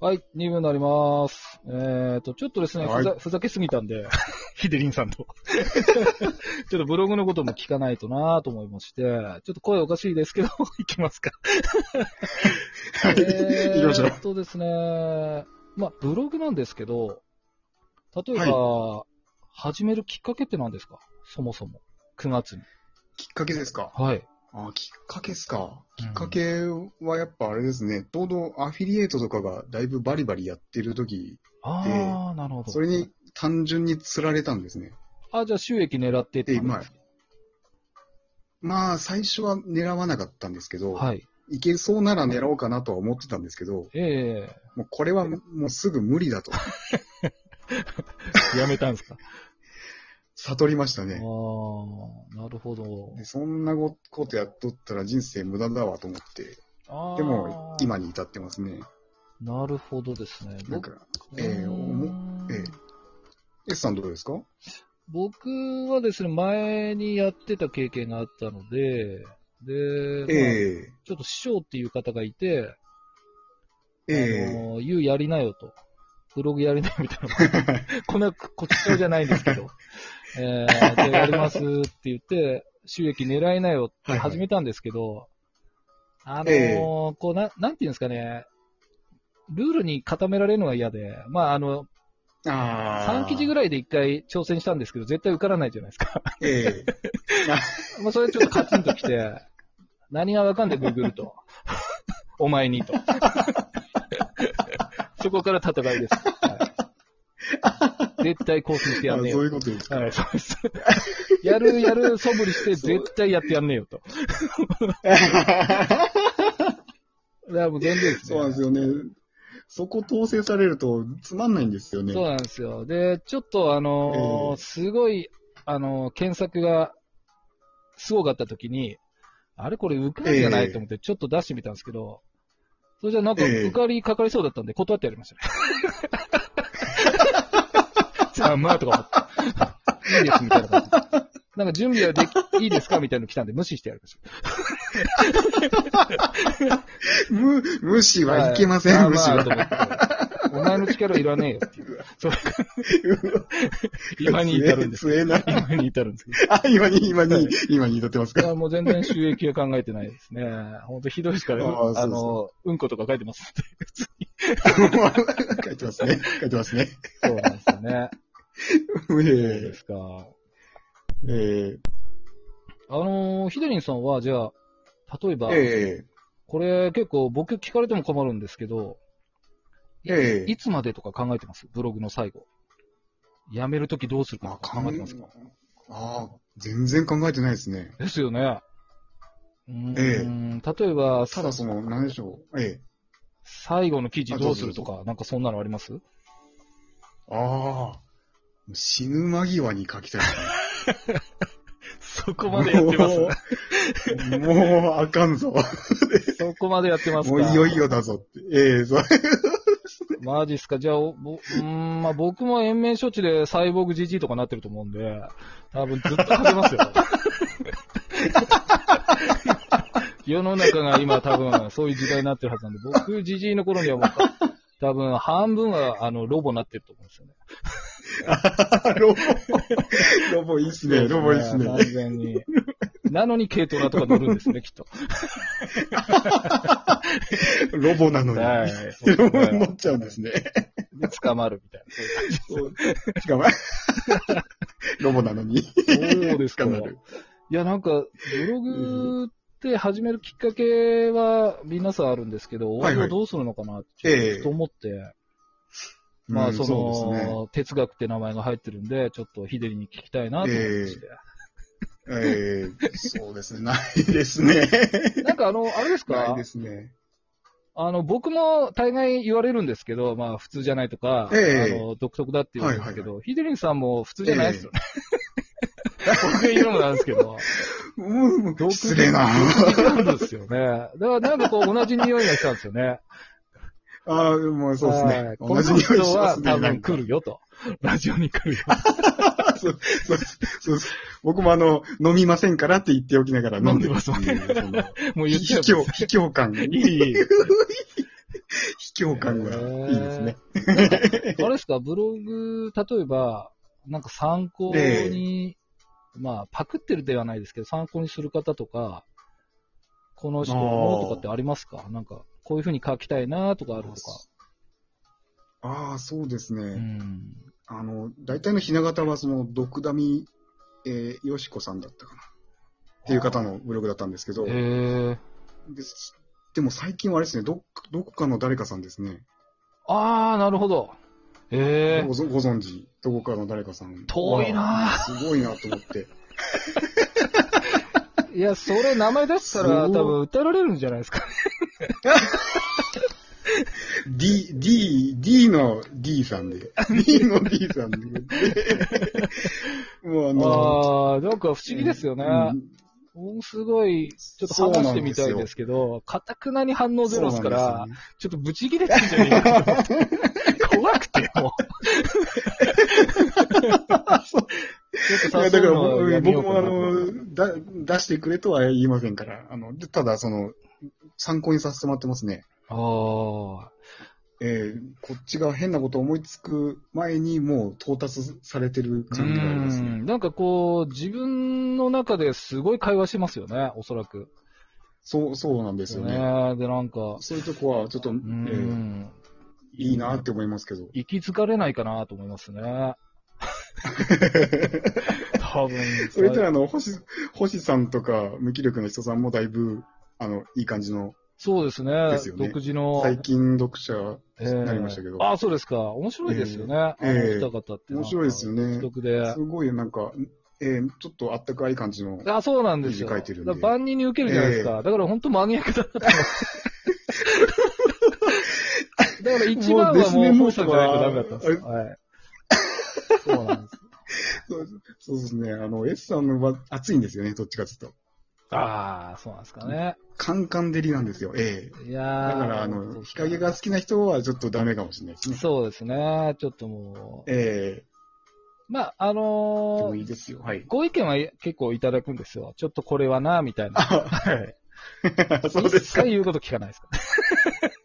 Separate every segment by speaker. Speaker 1: はい、2分になります。えーと、ちょっとですね、
Speaker 2: はい
Speaker 1: ふざふざけすぎたんで、 ヒデリンさんと。 ちょっとブログのことも聞かないとなぁと思いまして、ちょっと声おかしいですけど、 いきますか。
Speaker 2: はい。 行きましょ
Speaker 1: えーっとですね、まあ、ブログなんですけど、例えば、始めるきっかけって何ですかそもそも。9月に。
Speaker 2: きっかけですか。
Speaker 1: はい。
Speaker 2: あーきっかけですか。きっかけはやっぱあれですね、ちょうどアフィリエイトとかがだいぶバリバリやってる時、
Speaker 1: あー、なるほど。
Speaker 2: それに単純に釣られたんですね。
Speaker 1: あ、じゃあ収益狙ってって
Speaker 2: で、まあ、まあ最初は狙わなかったんですけど、
Speaker 1: はい。
Speaker 2: いけそうなら狙おうかなとは思ってたんですけど、
Speaker 1: ええ
Speaker 2: もうこれはもうすぐ無理だと
Speaker 1: やめたんですか。
Speaker 2: 悟りました
Speaker 1: あ
Speaker 2: ね。
Speaker 1: あ、なるほど。
Speaker 2: でそんなことやっとったら人生無駄だわと思って、
Speaker 1: あー
Speaker 2: でも今。に至ってますね。
Speaker 1: なるほどですね。
Speaker 2: なん
Speaker 1: 僕
Speaker 2: か、えーお
Speaker 1: うーん
Speaker 2: ええ S さんどうですか
Speaker 1: 僕はですね、前にやってた経験があったので、で、まあ
Speaker 2: え
Speaker 1: ちょっと師匠っていう方がいて、
Speaker 2: ええ
Speaker 1: あの、言うやりなよと。ブログやりなよみたいな。 こんな、こっち上じゃないんですけど。えー、じゃあやりますって言って、収益狙いなよって始めたんですけど、あのー
Speaker 2: ええ
Speaker 1: こうな、なんていうんですかね、ルールに固められるのが嫌で、まあ、あの、
Speaker 2: えああ。
Speaker 1: 3記事ぐらいで1回挑戦したんですけど、絶対受からないじゃないですか。
Speaker 2: ええ
Speaker 1: まあ、それちょっとカチンときて、 何がわかんでグーグルと。お前にと。 そこから戦いです。はい、絶対更新してや
Speaker 2: あ
Speaker 1: ん
Speaker 2: そう
Speaker 1: ねえ
Speaker 2: い
Speaker 1: よ。
Speaker 2: うことですか。
Speaker 1: はい、そうです。 やるやる素振りして絶対やってやんねえよと。だからもう全然です
Speaker 2: そ
Speaker 1: ね。
Speaker 2: うなんですよね。そこ統制されるとつまんないんですよね。
Speaker 1: そうなんですよ。で、ちょっとあのー
Speaker 2: ええ
Speaker 1: すごい、あのー検索がすごかった時に、あれこれ受かるんじゃな
Speaker 2: ええ
Speaker 1: いと思ってちょっと出してみたんですけど、それじゃなんか
Speaker 2: ええ
Speaker 1: 受かりかかりそうだったんで断ってやりま したね。ざまあとか思って。いいですみたいな感じで。なんか準備はでき、いいですかみたいなの来たんで無視してやりました。
Speaker 2: む、無視はいけません、
Speaker 1: はい
Speaker 2: 無視
Speaker 1: まあまあ
Speaker 2: は。
Speaker 1: と思ってお前の力いらねえよっていう。そう 今に至るんです。
Speaker 2: す。えな。
Speaker 1: 今に至るんですけど。
Speaker 2: あ、今に、今
Speaker 1: は
Speaker 2: に
Speaker 1: い、
Speaker 2: 今に至ってます
Speaker 1: い
Speaker 2: か。
Speaker 1: や、もう全然収益は考えてないですね。 本当ひどいしか、
Speaker 2: あーそう
Speaker 1: あ
Speaker 2: そう
Speaker 1: の、うんことか書いてます。
Speaker 2: 書いてますね。書いてますね。
Speaker 1: そうなんですよね。 そうで
Speaker 2: え
Speaker 1: すか。
Speaker 2: ええ
Speaker 1: あのー、ひでりんさんは、じゃあ、例えば
Speaker 2: え、え
Speaker 1: これ結構僕聞かれても困るんですけど、
Speaker 2: ええ
Speaker 1: いつまでとか考えてますブログの最後。辞めるときどうする
Speaker 2: ま
Speaker 1: か
Speaker 2: あ、
Speaker 1: とか考え
Speaker 2: 考え
Speaker 1: て
Speaker 2: ま
Speaker 1: ますす
Speaker 2: か
Speaker 1: か。
Speaker 2: ああ、全然考えてないですね。
Speaker 1: ですよね。うーん、例えば、
Speaker 2: ただその、なんでしょう。ええ。
Speaker 1: 最後の記事どうするとか、なんかそんなのあります
Speaker 2: ああ。死ぬ間際に書きたいですね。
Speaker 1: そ
Speaker 2: こ
Speaker 1: こまでやってます。
Speaker 2: もう、もうあかんぞ。
Speaker 1: そこまでやってます
Speaker 2: も
Speaker 1: か
Speaker 2: ういよいよだぞって。ええそう。
Speaker 1: マジっすか。じゃあ、おぼうーん、まあ僕も延命処置でサイボーグ GG とかなってると思うんで、多分ずっとかけますよ。 世の中が今多分そういう時代になってるはずなんで、僕 GG の頃にはもう、多分半分はあのロボになってると思うんですよね。
Speaker 2: ロボ。ロボいいっすね。ロボいいっすね。
Speaker 1: 完全に。なのに軽トラとか乗るんですね、きっと。
Speaker 2: ロボなのに。
Speaker 1: はい
Speaker 2: ロボに乗っちゃうんですね。
Speaker 1: で捕まるみたいなそういう感じ。
Speaker 2: しかも、ロボなのに。
Speaker 1: そうですか。
Speaker 2: 捕ま
Speaker 1: い
Speaker 2: る
Speaker 1: や、なんか、ブログって始めるきっかけは皆さんあるんですけど、
Speaker 2: はい
Speaker 1: 終
Speaker 2: は
Speaker 1: わ
Speaker 2: い
Speaker 1: りをどうするのかなって、
Speaker 2: ええ
Speaker 1: と思って、まあ、
Speaker 2: うん
Speaker 1: そ
Speaker 2: そうですね。
Speaker 1: の、哲学って名前が入ってるんで、ちょっとヒデリに聞きたいなと思ってまして。
Speaker 2: ええそうですね。ないですね。
Speaker 1: なんかあの、あれです
Speaker 2: な
Speaker 1: か
Speaker 2: いですね。
Speaker 1: あの、僕も大概言われるんですけど、まあ、普通じゃないとか、
Speaker 2: ええ
Speaker 1: あの独特だって言われるんですけ
Speaker 2: はい
Speaker 1: ど、ヒデリンさんも普通じゃないですよね。 僕が言うのもなんですけど。
Speaker 2: うん、 失 礼な。
Speaker 1: そうですよね。だからなんかこう同じ匂いがしたんですよね。
Speaker 2: ああ、もうそうです
Speaker 1: は
Speaker 2: ね
Speaker 1: い。こ
Speaker 2: 同
Speaker 1: の
Speaker 2: じ匂いし
Speaker 1: 人
Speaker 2: ま
Speaker 1: は
Speaker 2: すね。
Speaker 1: 多
Speaker 2: な
Speaker 1: 分
Speaker 2: んか
Speaker 1: 来るよと。ラジオに来るよ。
Speaker 2: そうそうそうそう僕もあの、飲みませんからって言っておきながら飲んでますっていう。そ
Speaker 1: も
Speaker 2: の
Speaker 1: う言っちゃ
Speaker 2: 卑
Speaker 1: う。
Speaker 2: 怯、卑怯感。
Speaker 1: いいいい
Speaker 2: 卑怯感がいいですね。
Speaker 1: あれですか、ブログ、例えば、なんか参考に、まあ、パクってるではないですけど、参考にする方とか、この人のとかってありますかなんか、こういうふうに書きたいなとかあるとか。
Speaker 2: ああ、そうです
Speaker 1: う
Speaker 2: ね。
Speaker 1: ん。
Speaker 2: あの、大体のひな形は、その、ドクダミ、えー、よしこさんだったかな。っていう方のブログだったんですけど、
Speaker 1: へ
Speaker 2: で
Speaker 1: え。
Speaker 2: でも最近はあれですね、どっかどこかの誰かさんですね。
Speaker 1: あー、なるほど。ええ
Speaker 2: ごぞご存知、どこかの誰かさん。
Speaker 1: 遠いな
Speaker 2: あすごいなと思って。
Speaker 1: いや、それ名前出したら
Speaker 2: そう
Speaker 1: 多分歌られるんじゃないですか。
Speaker 2: D、D、D の D さんで。D の D さんで。もうあの、
Speaker 1: あー、なんか不思議ですよね。
Speaker 2: うん
Speaker 1: ものすごい、ちょっと話してみたいですけど、かたくなに反応ゼロですから、
Speaker 2: そうなんで
Speaker 1: ちょっとブチ切れてんじゃねえかと思って。怖くて、もう。ちょっ
Speaker 2: す
Speaker 1: とさそう
Speaker 2: よねいや、だ
Speaker 1: い
Speaker 2: か
Speaker 1: う
Speaker 2: ら
Speaker 1: のをやめ
Speaker 2: 僕
Speaker 1: よ
Speaker 2: 僕
Speaker 1: うか
Speaker 2: もあ
Speaker 1: な
Speaker 2: のだ、出してくれとは言いませんから、あの、でただその、参考にさせてもらってますね。
Speaker 1: あ
Speaker 2: えーこっちが変なこと思いつく前にもう到達されてる
Speaker 1: あ。
Speaker 2: 感じがあります
Speaker 1: う
Speaker 2: ね。
Speaker 1: んなんかこう、自分の中ですごい会話してますよね、おそらく。
Speaker 2: そう、そうなんですよね。
Speaker 1: ねで、なんか、
Speaker 2: そういうとこはちょっと、え
Speaker 1: う
Speaker 2: ー
Speaker 1: ん、
Speaker 2: いいなって思いますけど。
Speaker 1: 行き着かれないかなと思いますね。多分。
Speaker 2: それであの、星、星さんとか、無気力の人さんもだいぶ、あの、いい感じの、
Speaker 1: そうですね。
Speaker 2: ですよね
Speaker 1: 独自の。
Speaker 2: 最近読者
Speaker 1: ええ
Speaker 2: になりましたけど。
Speaker 1: ああ、そうですか。面白いですよね。あ
Speaker 2: ええ
Speaker 1: のお二方って。
Speaker 2: 面白いですよ
Speaker 1: ね。
Speaker 2: ね。
Speaker 1: 独。特です
Speaker 2: ごい、なんか、えーちょっとあったかい感じの。
Speaker 1: あそうなんですよ。
Speaker 2: 記事書いてるんで
Speaker 1: だから万人に受けるじゃないですか。だから本当マニアックだった。だ から一番はもう、
Speaker 2: もう
Speaker 1: 本
Speaker 2: です
Speaker 1: さ
Speaker 2: ね
Speaker 1: んじゃないとダメだったんですよ。はい。そうなんです。
Speaker 2: そうですね。あの、S さんのは熱いんですよね、どっちかちょっと。
Speaker 1: ああ、そうなんですかね。
Speaker 2: カンカン照りなんですよ。ええ
Speaker 1: いやー
Speaker 2: だから、あ
Speaker 1: そう
Speaker 2: の、
Speaker 1: です
Speaker 2: 日陰が好きな人はちょっとダメかもしれないですね。
Speaker 1: そうですね。ちょっともう。
Speaker 2: え
Speaker 1: まあ、あ
Speaker 2: えで
Speaker 1: の
Speaker 2: も
Speaker 1: ー
Speaker 2: いいですよ。はい。
Speaker 1: ご意見は結構いただくんですよ。ちょっとこれはな、みたいな。
Speaker 2: あ
Speaker 1: はい。
Speaker 2: そうですか
Speaker 1: 一切。言うこと聞か ないですから。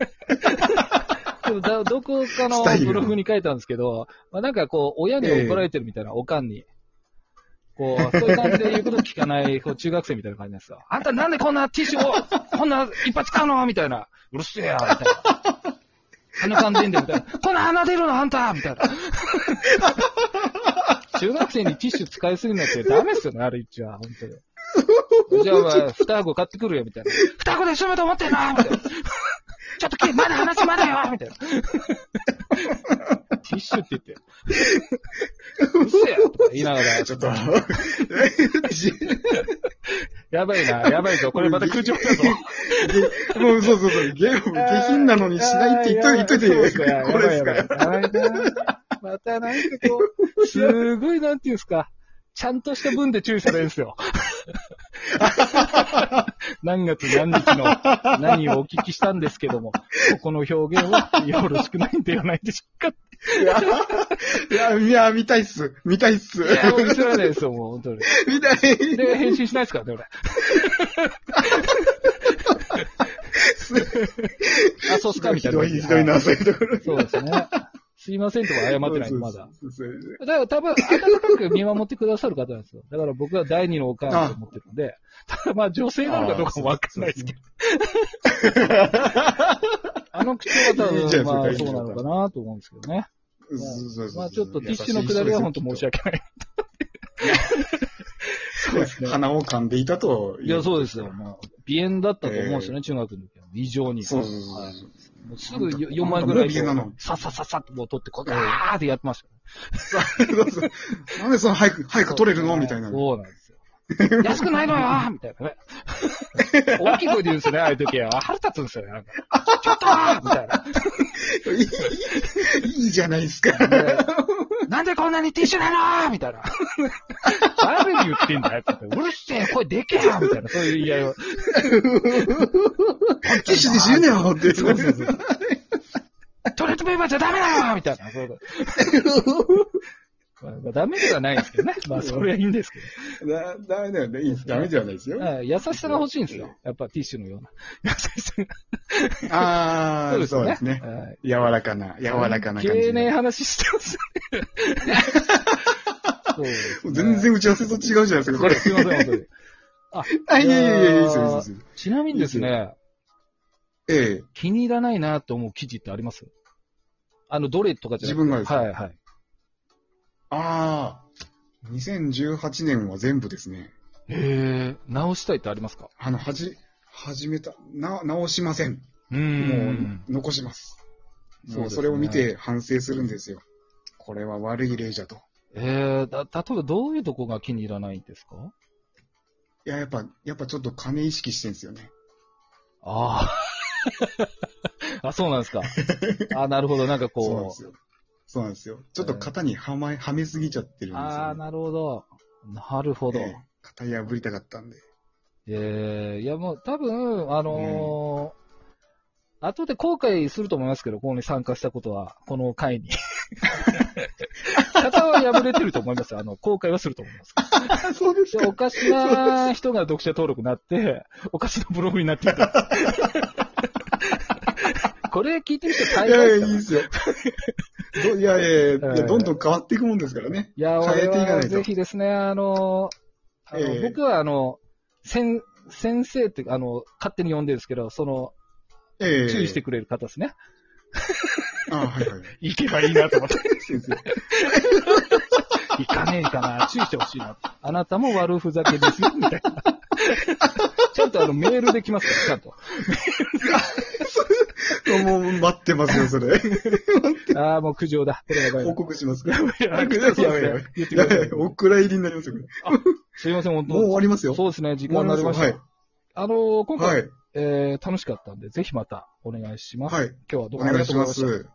Speaker 1: でもだどこかの
Speaker 2: スタイル
Speaker 1: ブログに書いたんですけど、まあ、なんかこう、親に怒られてるみたいな、おかんに。こう、そういう感じで言うこと聞かない、こう中学生みたいな感じなんですよ。あんたなんでこんなティッシュを、こんな一発買うのみたいな。うるせえや、みたいな。鼻かんでんだよ、みたいな。こんな鼻出るのあんたみたい な。中学生にティッシュ使いすぎるのってダメっすよね、あれ一応は、本当に。じゃあ、お前、双子買ってくるよ、みたいな。双子で済むと思ってんなみたいな。ちょっとき、まだ話まだよみたいな。ティッシュって言って。うっせえよとか言いながら、
Speaker 2: ち
Speaker 1: ち
Speaker 2: ょ
Speaker 1: ょっ
Speaker 2: っと
Speaker 1: と、、
Speaker 2: じ
Speaker 1: やばいな、やばいぞ、これまた空調だぞ。
Speaker 2: もうそうそうそう、ゲーム下品なのにしないって言っと言っといて、
Speaker 1: あーやば
Speaker 2: これで
Speaker 1: い
Speaker 2: す
Speaker 1: やばいや
Speaker 2: か
Speaker 1: ばいやばいやばいなまたなんかこう、すごいなんていうんですか、ちゃんとした分で注意されるんです よ。何月何日の何をお聞きしたんですけども、ここの表現はよろしくないんではないでしょうか。
Speaker 2: いや、いや、見たいっす。見たいっす。
Speaker 1: いや、もう見せられないですよ、もう本当に。
Speaker 2: 見たい。
Speaker 1: で、返信しないですから ね、俺。あ、そうっすかみたいな。
Speaker 2: ひどいな、そういうところ。
Speaker 1: そうですね。すいませんとか謝ってない、まだ。
Speaker 2: そうそうそう。
Speaker 1: だから多分、温かく見守ってくださる方なんですよ。だから僕は第二のお母さんと思ってるんで、ただまあ女性なのかどうかもわかんないですけど、あの口調は多
Speaker 2: いいじゃ
Speaker 1: 分、
Speaker 2: ん
Speaker 1: ま
Speaker 2: それ
Speaker 1: あそうなのかなと思うんですけどね。
Speaker 2: そうそうそう
Speaker 1: まあちょっとティッシュのくだりは本当申し訳ない。
Speaker 2: そうですね。鼻を噛んでいたと。
Speaker 1: いや、そうですよ。。もう、鼻炎だったと思うんですよね、中学の時は。異常に。
Speaker 2: そうそうそう
Speaker 1: はい
Speaker 2: そう。
Speaker 1: もうすぐ4枚ぐらいで
Speaker 2: なんかもう鼻炎なの、
Speaker 1: さっさっさっさっともう取って、こう、あーってやってました。
Speaker 2: そうそうなんでその早く、早く取れるのみたいな。
Speaker 1: そうなんですよ。安くないのよみたいなね。 大きい声で言うんですよね、ああいう時は。腹立つんですよね、なんか。ちょっとみたいな。
Speaker 2: いいじゃな いですか。
Speaker 1: なんでこんなにティッシュなのみたいな。誰に言ってんだよって言って。うるせえ、声でけえよみたいな。そういう言い合いを。
Speaker 2: ティッシュで死ぬねよって。
Speaker 1: そうそうそうトイレットペーパーじゃダメだよみたいな。そういうことまあダメではないんですけどね。まあ、 それはいいんですけ
Speaker 2: だ、だめだよね。いい ダメではないですよ
Speaker 1: ど。。はい優しさが欲しいんですよ。やっぱティッシュのような。優しさが。
Speaker 2: ああ、そうですね。
Speaker 1: はい
Speaker 2: 柔らかな、柔らかな感じ。
Speaker 1: 経年話してますね。そうですね
Speaker 2: 全。然打ち合わせと違うじゃないですか、
Speaker 1: こ
Speaker 2: こ
Speaker 1: れ、
Speaker 2: れ。
Speaker 1: すいません、本当に。
Speaker 2: あ、いやいやいや、いいですよ、いいですよ。
Speaker 1: ちなみにです
Speaker 2: い
Speaker 1: ね、
Speaker 2: ええ。
Speaker 1: 気に入らないなと思う記事ってありますあの、どれとかじゃなくて。
Speaker 2: 自分がですか
Speaker 1: はいはい。
Speaker 2: ああ、2018年は全部ですね。
Speaker 1: へえ、直したいってありますか
Speaker 2: あの、はじ、始めた、な、直しません。
Speaker 1: う。、
Speaker 2: もうん残します。
Speaker 1: そう
Speaker 2: も
Speaker 1: で
Speaker 2: う
Speaker 1: すね
Speaker 2: それを見て反省するんですよ。これは悪い例じゃと。
Speaker 1: えー、だ、例えばどういうとこが気に入らないんですか
Speaker 2: いや、やっぱ、やっぱちょっと金意識してんですよね。
Speaker 1: あ あ。あ、そうなんですか。あなるほど。なんか
Speaker 2: そうなんで
Speaker 1: こ
Speaker 2: すよ。そうなんですよ。ちょっと型にはま、はめすぎちゃってるん
Speaker 1: う。
Speaker 2: ですよ、ね。
Speaker 1: ああ、なるほど。なるほど。
Speaker 2: ええ型破りたかったんで。
Speaker 1: ええいやもう多分、あのー後で後悔すると思いますけど、ここに参加したことは、この会 に。型は破れてると思います。あの、後悔はすると思います。
Speaker 2: あ、そうで
Speaker 1: で、おかしな人が読者登録になって、おかしなブログになってい た。これ聞いてる人大
Speaker 2: いやい
Speaker 1: 概だ
Speaker 2: や、いい
Speaker 1: な
Speaker 2: ですよ。どいやいやいや
Speaker 1: はい
Speaker 2: いや、どんどん変わっていくもんですからね。
Speaker 1: いや、俺
Speaker 2: 変えていか
Speaker 1: は
Speaker 2: ないと
Speaker 1: ぜひですね、あの、あの
Speaker 2: ええ
Speaker 1: 僕はあの、先、先生って、あの、勝手に呼んでるんですけど、その、
Speaker 2: ええ
Speaker 1: 注意してくれる方ですね。
Speaker 2: あはいはい。
Speaker 1: 行けばいいなと思って。
Speaker 2: 先生。
Speaker 1: 行かねえかな、注意してほしいなって。あなたも悪ふざけですよ、みたいな。ちゃんとあの、メールできますから、ちゃんと。
Speaker 2: もう待ってますよ、それ。
Speaker 1: ああ、もう苦情だ。これやばいな
Speaker 2: 報。告しますから。
Speaker 1: や
Speaker 2: やばいやばいやばいやばい
Speaker 1: 言ってく
Speaker 2: や
Speaker 1: だ
Speaker 2: ば
Speaker 1: さ
Speaker 2: い
Speaker 1: い。
Speaker 2: お蔵入りになりますよ、これ。
Speaker 1: すいません、本当
Speaker 2: もう終わりますよ。
Speaker 1: そうですね、時間になりました。
Speaker 2: 終わ
Speaker 1: あのー今
Speaker 2: り
Speaker 1: 回、
Speaker 2: ますよはい。
Speaker 1: えー楽しかったんで、ぜひまたお願いします。
Speaker 2: はい。はい。
Speaker 1: 今日はど
Speaker 2: お
Speaker 1: うもあり
Speaker 2: 願
Speaker 1: が
Speaker 2: い
Speaker 1: とう
Speaker 2: し
Speaker 1: ご
Speaker 2: ま
Speaker 1: ざいました。
Speaker 2: す。